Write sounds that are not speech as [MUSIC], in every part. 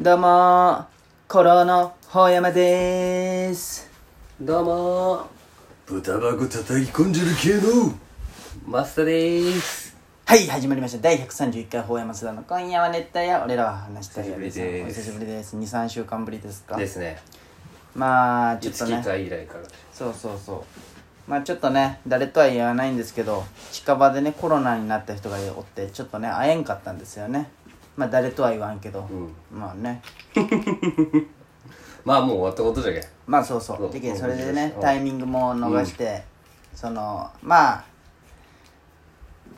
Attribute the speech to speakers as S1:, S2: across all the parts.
S1: どうもー、コロのほやまでーす。
S2: どうもー
S3: 豚箱叩き込んじゃる系の
S2: マスターでーす
S1: はい、始まりました。第131回ほやま須田の今夜は熱帯夜、俺らは話したいよ
S2: 久しぶり
S1: お
S2: です
S1: 久しぶりです。2、3週間ぶりですか
S2: ですね
S1: まあ、ちょっ
S2: 一
S1: と
S2: 木
S1: ね、
S2: 会以来から
S1: そうそうそう。まあちょっとね、誰とは言わないんですけど、近場でね、コロナになった人がおって、ちょっとね、会えんかったんですよね。まあ誰とは言わんけど、まあね、
S2: まあもう終わったことじゃけん
S1: まあそうそう
S2: そう
S1: でけんそ
S2: そ
S1: れ
S2: う
S1: でね
S2: そう
S1: タイミングも逃して、そのまあ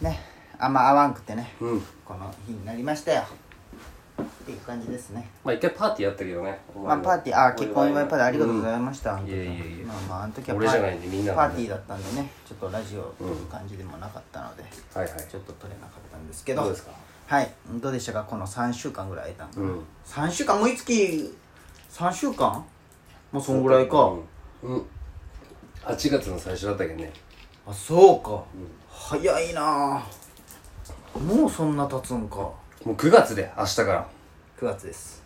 S1: ねあんま合わんくてね、
S2: うん
S1: この日になりましたよっていう感じですね
S2: まあ一回パーティーやったけどね
S1: まあパーティーあー結婚祝いパーティーありがとうございました、本当に
S2: いえいえいえ
S1: まあまああの時はパ
S2: 俺
S1: ー
S2: じゃないんでみんな
S1: パ
S2: がね
S1: ーティーだったんでねちょっとラジオという感じでもなかったので、
S2: ーはいはい
S1: ちょっと撮れなかったんですけど
S2: どうですか
S1: はいどうでしたかこの3週間ぐらい空いたの、
S2: うん
S1: 3週間もうい月3週間もうそんぐらいか、
S2: うん、うん、8月の最初だったけんね
S1: あそうか、早いなあもうそんな経つんか
S2: もう9月で明日から
S1: 9月です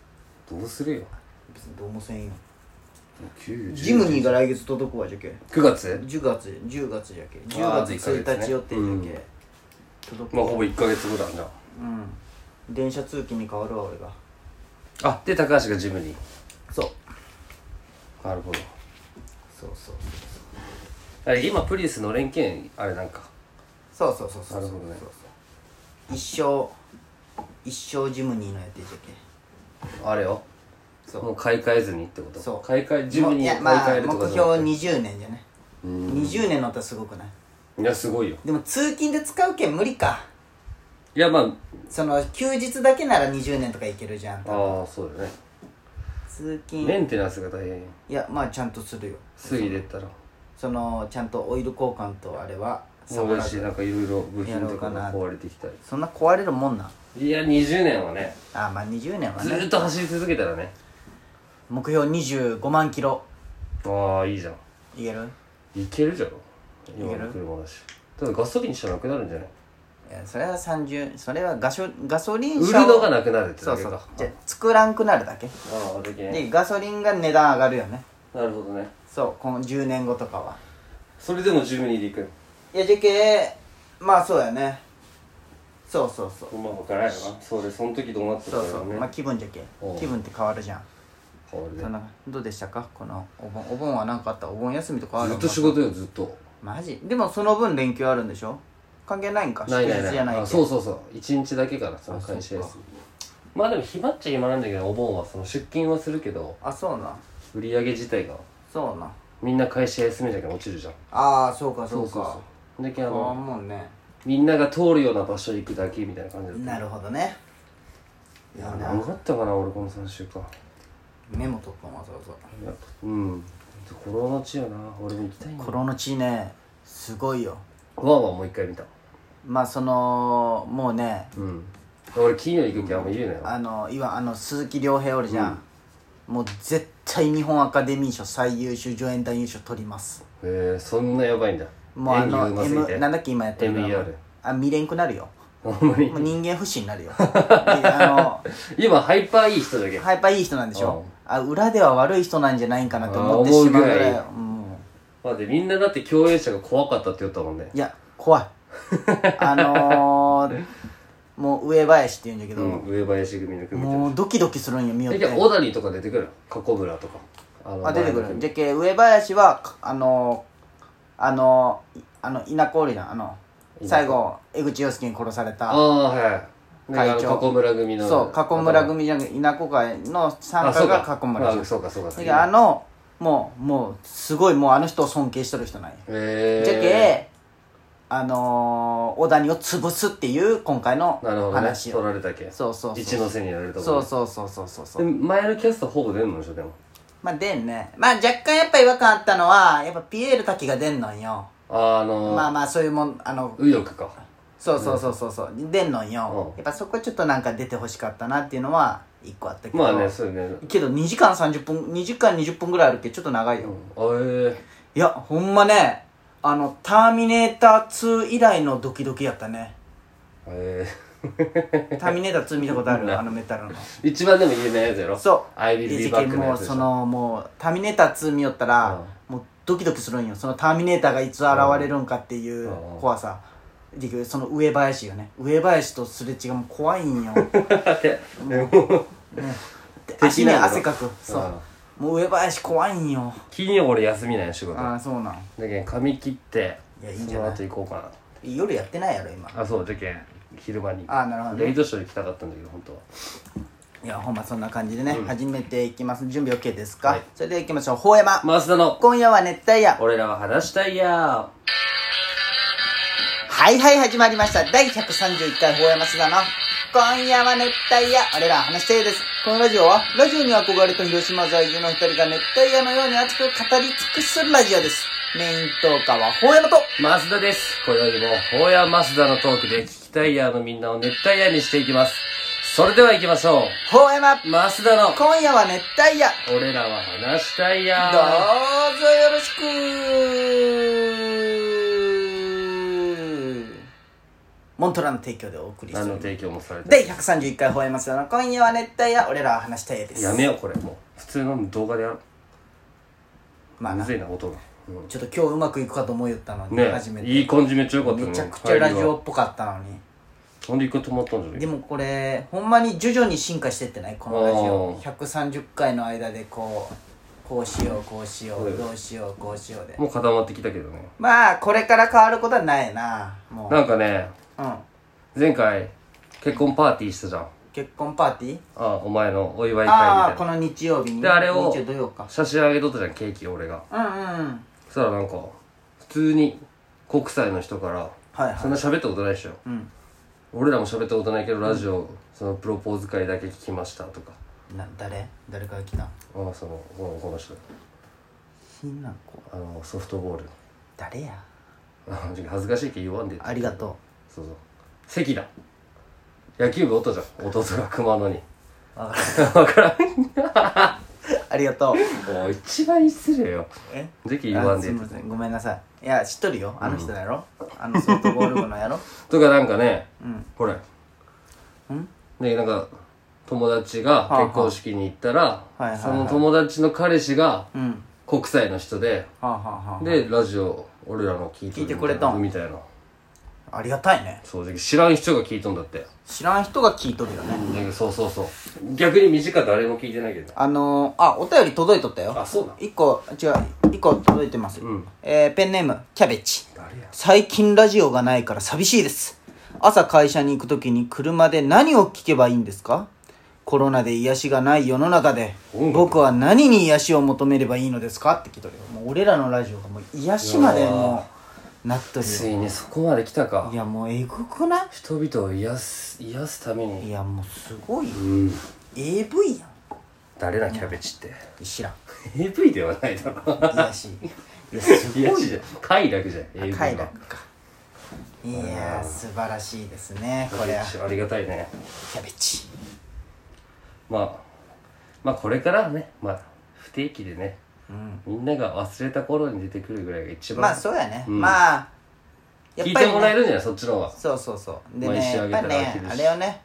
S2: どうするよ
S1: 別にどうもせんよ
S2: 9
S1: ジムニーが来月届くわじゃけ
S2: 9月
S1: 10月10月じゃけ
S2: あ
S1: 10月
S2: ーあと一ヶ月
S1: 1
S2: ね
S1: 日予定じゃけ、
S2: うん
S1: 届く
S2: まあほぼ1ヶ月後だじゃ
S1: うん電車通勤に変わるわ俺が
S2: ああで高橋がジムに
S1: そう
S2: なるほど
S1: そうそう
S2: あれ今プリウスの連携あれなんか
S1: そうそうそうそうそう
S2: なるほどね
S1: そうそう一生一生ジムニーの予定じゃけ
S2: あれよ
S1: そう
S2: もう買い替えずにってこと
S1: そう
S2: 買い替えジムに
S1: い
S2: 買
S1: や
S2: い
S1: ま
S2: 替
S1: あ
S2: える
S1: 目
S2: とか
S1: 標
S2: じゃなくて
S1: 20年じゃね20年乗ったらすごくない
S2: いやすごいよ
S1: でも通勤で使うけん無理か
S2: いやまあ
S1: その休日だけなら20年とかいけるじゃん
S2: ああそうだね
S1: 通勤
S2: メンテナンスが大変よ
S1: いやまあちゃんとするよ
S2: 過ぎでったら
S1: そのちゃんとオイル交換とあれは
S2: そ
S1: 触
S2: うだ
S1: ら
S2: し
S1: ず
S2: なんかいろいろ部品とか
S1: や
S2: が
S1: ろう
S2: 壊れてきたり
S1: そんな壊れるもんない
S2: や20年はね
S1: あまあ20年は
S2: ず
S1: ね
S2: ーっと走り続けたらね
S1: 目標25万キロ
S2: ああいいじゃん
S1: いける
S2: いけるじゃろ
S1: い
S2: 今
S1: ける
S2: の車だしただガソリンしかなくなるんじゃない
S1: いやそれは30それはガソガソリン
S2: 売
S1: 車を
S2: るのがなくなるって
S1: そ
S2: だ
S1: う
S2: け
S1: そう
S2: か
S1: じゃあ作らんくなるだけ
S2: ああだけね
S1: でガソリンが値段上がるよね
S2: なるほどね
S1: そうこの10年後とかは
S2: それでもジムにで行く
S1: いやじゃけまあそうやねそうそうそう
S2: まあ分からんよなそうでその時どうなってた
S1: そ
S2: か
S1: う
S2: ら
S1: そう、
S2: ね
S1: まあ気分じゃけ
S2: おう
S1: 気分って変わるじゃん
S2: 変わるね
S1: そんなどうでしたかこのお盆お盆は何かあったお盆休みとかある
S2: ず
S1: の
S2: っと仕事よずっと
S1: マジでもその分連休あるんでしょ関係ないんか
S2: ないな
S1: 祝
S2: い
S1: 日
S2: な
S1: じ
S2: い
S1: ゃない
S2: あそうそうそう一日だけからその会社
S1: あ
S2: で
S1: そ
S2: すまあでも暇っちゃ暇なんだけどお盆はその出勤はするけど
S1: あそうな
S2: 売り上げ自体が
S1: そうな
S2: みんな会社休みじゃけん落ちるじゃん
S1: ああそうかそうか
S2: うだけどあ
S1: ああ
S2: の
S1: もうね
S2: みんなが通るような場所行くだけみたいな感じだった
S1: なるほどね
S2: いや何があったかな俺この3週間
S1: メモ取ったもんわざわざ
S2: やっぱうんコロナ中やな俺も行きたいな
S1: コロの地ねすごいよ
S2: ワンワンもう一回見た
S1: まあそのもうね
S2: うん俺金曜行くけんあんま言うなよ
S1: あの今あの鈴木亮平おるじゃん、もう絶対日本アカデミー賞最優秀助演男優賞取ります
S2: へえそんなやばいんだ
S1: もうあ
S2: 演技う
S1: の
S2: ますぎ
S1: M
S2: て
S1: なんだっけ今やってるの
S2: MER
S1: あ見れんくなるよ
S2: あんまり
S1: もう人間不信に
S2: [LAUGHS]
S1: なるよであ
S2: 今ハイパーいい人だけ
S1: の
S2: ど
S1: ハイパーいい人なんでしょあ裏では悪い人なんじゃないんかなって思って
S2: あー
S1: しまうぐらい
S2: 思うぐらい
S1: うん
S2: 待ってみんなだって共演者が怖かったって言ったもんね
S1: いや怖
S2: [LAUGHS]
S1: いあのー、もう上林って言うんだけ
S2: う
S1: ど、
S2: ん上林組の組長
S1: もうドキドキするんよ見よっ
S2: え
S1: て
S2: じゃあ小谷とか出てくる過去村とかあの
S1: あ出てく
S2: 前
S1: る
S2: の
S1: じゃ
S2: 組
S1: け上林はかあのあのいあの稲子おるじゃんあの
S2: 稲子
S1: 最後江口洋介に殺され
S2: あ
S1: た
S2: あはい
S1: 会長
S2: だから過去村組の
S1: そう加古村組じゃなくて稲子会の参加が加古村じゃん
S2: あそうかそうか
S1: だ
S2: そう
S1: けど
S2: か
S1: あのもうもうすごいもうあの人を尊敬してる人なんよ
S2: へえ
S1: じゃけあのー小谷を潰すっていう今回の
S2: なるほどね
S1: 話を、
S2: 取られたけ
S1: そうそうそう
S2: 一ノ瀬にやられたもんね
S1: そうそうそうそうそうそう
S2: で前のキャストほぼ出んのでしょでも
S1: まあ出んねまあ若干やっぱ違和感あったのはやっぱピエール滝が出んのんよ
S2: ああの
S1: まあまあそういうもんあの
S2: 右翼か
S1: そうそうそうそうそう出んのんよ、
S2: うん
S1: やっぱそこちょっとなんか出てほしかったなっていうのは一個あったけど
S2: まあねそうね
S1: けど2時間30分2時間20分ぐらいあるけどちょっと長いよ、
S2: う
S1: い
S2: んあええ
S1: やほんまねあの「ターミネーター2」以来のドキドキやったね
S2: ええ
S1: ターミネーター2見たことあるあのメタルの
S2: 一番でも有名なやつやろ
S1: そう
S2: アイビリーバックの
S1: も
S2: や
S1: う
S2: つでし
S1: そ
S2: ょ
S1: のもうターミネーター2見よったら、もうドキドキするんよそのターミネーターがいつ現れるんかっていう
S2: うん
S1: 怖さ、でその上林よね上林とすれ違いも怖い
S2: [LAUGHS]
S1: んよで足
S2: 敵
S1: に
S2: なんだろ
S1: 汗かくそう
S2: うん
S1: もう上林怖いんよ
S2: 金曜俺休みなんや仕事
S1: あ
S2: だ
S1: あそうなん
S2: けん髪切って
S1: いやいいんじゃない
S2: その後行こうか
S1: 夜やってないやろ今
S2: なあそうじゃけん昼間に
S1: ああなるほど
S2: レイ
S1: ね
S2: トショー行きたかったんだけど本当はい
S1: やほんまそんな感じでね、
S2: うん
S1: 始めていきます準備 OK ですか、
S2: はい
S1: それでは行きましょうほうやま
S2: 増田の
S1: 今夜は熱帯夜
S2: 俺らは話したいや
S1: はいはい始まりました第131回法山須田の今夜は熱帯夜俺らは話したいですこのラジオはラジオに憧れた広島在住の一人が熱帯夜のように熱く語り尽くすラジオですメイントーカーは法山と
S2: 増田です今宵も法や増田のトークで聞きたいやーのみんなを熱帯夜にしていきますそれでは行きましょ
S1: 法山
S2: う増田の
S1: 今夜は熱帯夜
S2: 俺らは話したい
S1: ど
S2: や
S1: う
S2: ー
S1: ぞよろしくモントラの提供でお送りして
S2: 何
S1: おり
S2: の
S1: ます
S2: 提供もされてない
S1: 第131回吠えますの今夜は熱帯夜俺らは話したいです
S2: やめようこれもう普通の動画でやろ
S1: まあ
S2: うむ
S1: な
S2: ずいな音が、う
S1: ちょっと今日うまくいくかと思いよったの
S2: ん、
S1: に、
S2: ね
S1: 初めて
S2: いい感じめっちゃ良かったね
S1: めちゃくちゃラジ
S2: 入り
S1: オ
S2: は
S1: っぽかったのに
S2: なんで一回止まったんじゃない
S1: でもこれほんまに徐々に進化してってないこのラジオ130回の間でこうこうしようこうしよ
S2: そう
S1: う
S2: よ
S1: どうしようこうしようで
S2: もう固まってきたけどね
S1: まあこれから変わることはないなもう
S2: なんかね
S1: うん
S2: 前回結婚パーティーしたじゃんあ
S1: 結婚パーティー
S2: あお前のお祝い会
S1: ああ
S2: みた
S1: こ
S2: い
S1: の日曜日に
S2: であれを
S1: 日曜土曜か
S2: な写真あげとったじゃんケーキ俺が
S1: うんうんうん
S2: そしたらなんか普通に国際の人から
S1: はい
S2: そ
S1: は
S2: ん
S1: い
S2: な喋ったことないでしょ
S1: うん
S2: 俺らも喋ったことないけどラジオそのプロポーズ会だけ聞きましたとか
S1: な誰誰から来た
S2: ああそのこのこの人
S1: ひなこ
S2: あのソフトボール
S1: 誰や
S2: あの恥ずかしいけど言わんでって
S1: ありがと
S2: そうそう関だ野球部おったじゃん弟が熊野に
S1: うわか
S2: 分からん
S1: るありがとう
S2: おい一番失礼よ
S1: え
S2: 関言わ
S1: あ
S2: んです
S1: い
S2: って
S1: ませんごめんなさいいや知っとるよあの人だろ、あのソフトボール部のや
S2: [LAUGHS]
S1: ろ
S2: とかなんかね
S1: うん
S2: これ
S1: ん
S2: でなんか友達が
S1: あはあ
S2: 結婚式に行ったら
S1: いはいはい
S2: その友達の彼氏が
S1: うん
S2: 国際の人で
S1: はあ、はあはあ、
S2: でラジオ俺らの聞いて
S1: 聞いてくれたん
S2: みたいな
S1: ありがたいね
S2: そうで知らん人が聞いとんだって
S1: 知らん人が聞いとるよね、
S2: でそうそうそう逆に短い誰も聞いてないけど
S1: あのー、あお便り届いとったよ
S2: あそうだ
S1: 一個違う一個届いてます、
S2: うん
S1: えーペンネームキャベチ
S2: 誰や
S1: 最近ラジオがないから寂しいです朝会社に行く時に車で何を聞けばいいんですかコロナで癒しがない世の中で
S2: 音楽
S1: 僕は何に癒しを求めればいいのですかって聞いとるよもう俺らのラジオがもう癒しまでもうなっとる
S2: つ
S1: よ
S2: いにそこまで来たか
S1: いやもうえぐくな
S2: 人々を癒す癒すため
S1: いい
S2: に
S1: やもうすごいよ
S2: うん
S1: AV やん
S2: 誰なキャベチって
S1: 知らん
S2: AV ではないだろ
S1: 癒し [LAUGHS] いやすごい
S2: 癒しじゃん快楽じゃん AV は
S1: 快楽かいやー素晴らしいですね
S2: キ
S1: こ
S2: ャ
S1: れは
S2: ベチありがたいね
S1: キャベチ
S2: まあまあこれからはねまあ不定期でね
S1: うん
S2: みんなが忘れた頃に出てくるぐらいが一番
S1: まあそうやね、
S2: うん
S1: まあ
S2: 聞いてもらえ
S1: ね
S2: るんじゃないそっちの方が
S1: そうそうそうで
S2: まあ一
S1: ね
S2: 緒
S1: や
S2: あ
S1: っぱ
S2: げたら飽
S1: ね
S2: きるし
S1: あれをね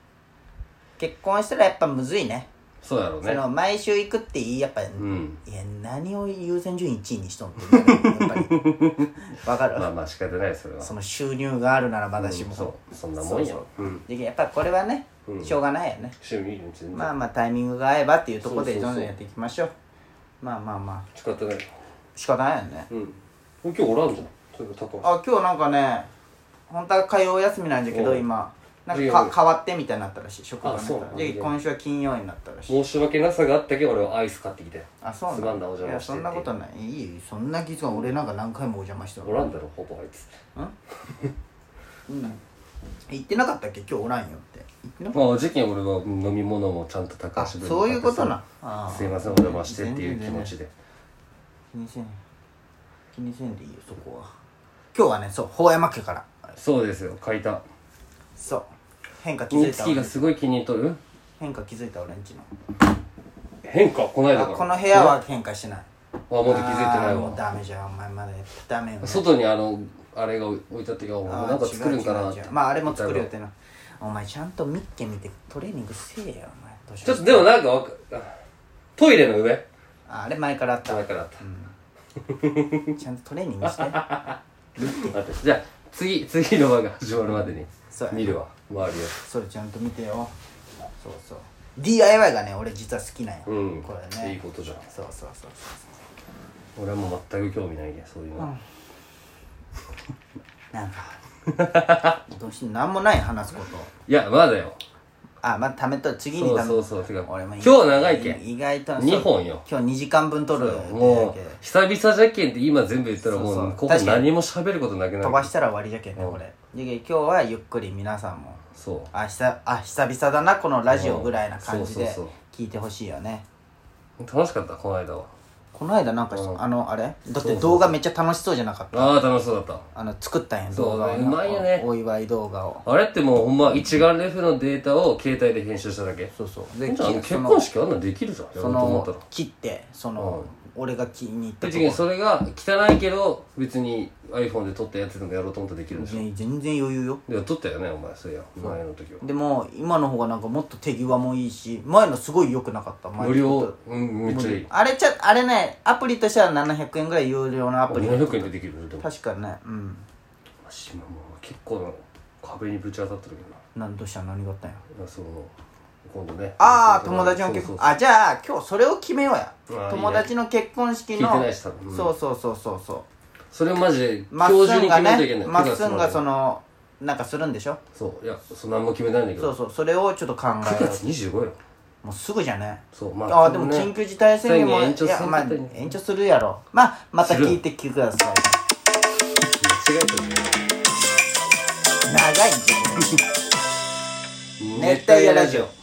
S1: 結婚したらやっぱむずいね
S2: そうやろう
S1: そ
S2: ね
S1: の毎週行くっていいやっぱ、
S2: うん
S1: いや何を優先順位1位にしとんってなるよやっぱ
S2: [LAUGHS]
S1: りわかる、
S2: まあまあ仕方ないそれは
S1: その収入があるならまだし
S2: う
S1: も、
S2: んそうそんなもんや
S1: そう
S2: うん
S1: でやっぱりこれはね、
S2: うん
S1: しょうがないよね
S2: 趣味全然
S1: まあまあタイミングが合えばっていうところで
S2: そうそう
S1: ど
S2: そうん
S1: どんやっていきましょうまあまあまあ
S2: 仕方ない
S1: 仕方ないよね
S2: うん今日おらんじゃんそういえば高橋
S1: あ今日なんかね本当は火曜休みなんだけど
S2: うん
S1: 今なん
S2: 授
S1: か
S2: 業
S1: か変わってみたいになったらしい職場
S2: あそうな
S1: が
S2: んだ
S1: ねで今週は金曜になったらしい
S2: 申し訳なさがあったけど俺はアイス買ってきたよ
S1: あそう
S2: すまんなお邪
S1: い
S2: 魔
S1: や
S2: して
S1: そ
S2: っ
S1: ん
S2: て
S1: なことないいいよそんな気づかん俺なんか何回もお邪魔して
S2: おらんだろほぼあいつ
S1: うん言ってなかったっけ今日おらんよって言ってなかっ
S2: まあ事件俺は飲み物もちゃんと高橋
S1: た
S2: 分
S1: そういうことなああ
S2: すいませんお邪魔してっていう気持ちで
S1: 気にせん気にせんでいいよそこは今日はねそう法山家から
S2: そうですよ書いた
S1: そう変化気づ
S2: 金
S1: いた
S2: 付き
S1: 俺
S2: がすごい気に入っとる
S1: 変化気づいた俺んちの
S2: 変化こないだ
S1: あ
S2: から
S1: この部屋は変化してない
S2: あまだ気づいてな
S1: あ
S2: い
S1: ーもう
S2: わ
S1: ダメじゃんお前まだやったらダメよね
S2: 外にあのあれが置いてあってよ
S1: あー
S2: なんか作るんかな
S1: 違う違う違うまああれも作る予定なお前ちゃんとミッケ見てトレーニングせえよお前どうし
S2: ちょ
S1: よ
S2: っ
S1: う
S2: とでもなんかわかトイレの上
S1: ああれ前からあった
S2: 前からあった
S1: ちゃんとトレーニング
S2: [LAUGHS]
S1: して
S2: 待ってじゃあ次次の輪が始まるまでに
S1: そうやね
S2: 見るわ周りを
S1: それちゃんと見てよそうそう DIY がね俺実は好きなんよ、
S2: うん
S1: これね
S2: いいことじゃん
S1: そうそうそうそう
S2: 俺はもう全く興味ないねそういうの、
S1: なんか
S2: [LAUGHS]
S1: どうしてなんもない話すこと
S2: いやまだよ
S1: あまあためと次に
S2: そう
S1: ため
S2: そうそうてか
S1: 俺も
S2: 今日長いけん
S1: 意外とそう
S2: 二本よ
S1: 今日2時間分取る
S2: もう
S1: だ
S2: 久々じゃけんって今全部言ったら
S1: そうそう
S2: もうここ
S1: 確かに
S2: 何も喋ることなく
S1: け
S2: な
S1: 飛
S2: る
S1: ばしたら終わりじゃけんねこれで今日はゆっくり皆さんも
S2: そ
S1: あ久あ久々だなこのラジオぐらいな感じ
S2: うん
S1: で
S2: そうそう
S1: 聞いてほしいよね
S2: う楽しかったこの間は
S1: この間なんか
S2: うん
S1: あのあれだっ
S2: そう
S1: て
S2: そう
S1: 動画めっちゃ楽しそうじゃなかった
S2: ああ楽しそうだった
S1: あの作ったんや
S2: そう
S1: 動画をな
S2: うまいよね
S1: おお祝い動画を
S2: あれってもうほんま一眼レフのデータを携帯で編集しただけ
S1: そうそう
S2: じ
S1: で
S2: ゃあ結
S1: その
S2: 婚式あんなんできるじゃんやろ
S1: そう
S2: と思ったら
S1: の切ってその俺が気に入ったと
S2: 別
S1: こ
S2: にそれが汚いけど別に iPhone で撮ったやつでもやろうと思ったらできるでしょ、
S1: ね全然余裕よ
S2: いや撮ったよねお前そういや前の時は
S1: でも今の方がなんかもっと手際もいいし前のすごい良くなかった前
S2: 無料うんめっちゃいい
S1: あれちゃあれねアプリとしては700円ぐらい有料のアプリ
S2: 700円でできるのでも
S1: 確かねうん
S2: 私ももう結構な壁にぶち当たってるけどな
S1: なんどうした何があったんや
S2: いやその今度ね
S1: ああ友達の結
S2: そう
S1: 婚
S2: そうそう
S1: あじゃあ今日それを決めようや
S2: あーいいね
S1: 友達の結婚式の
S2: 聞いてないし多分うん
S1: そうそうそうそうそう
S2: それをマジで
S1: ま
S2: 今
S1: っすん
S2: 日中に
S1: が
S2: 決めなきゃいけない
S1: ねまっすんがそ
S2: の
S1: のなんかするんでしょ
S2: そういやそう何も決めないんだけ
S1: そ
S2: ど
S1: うそうそれをちょっと考
S2: 9
S1: えよ
S2: 月25
S1: うも
S2: よ
S1: うすぐじゃね
S2: そうま
S1: ああでも緊急事態宣言も
S2: 宣言延長する
S1: いやまあ
S2: ことに
S1: 延長するやろまあまた
S2: する
S1: 聞いてください
S2: 間違えたね
S1: 長
S2: [LAUGHS]
S1: いんじゃね熱帯夜ラジオ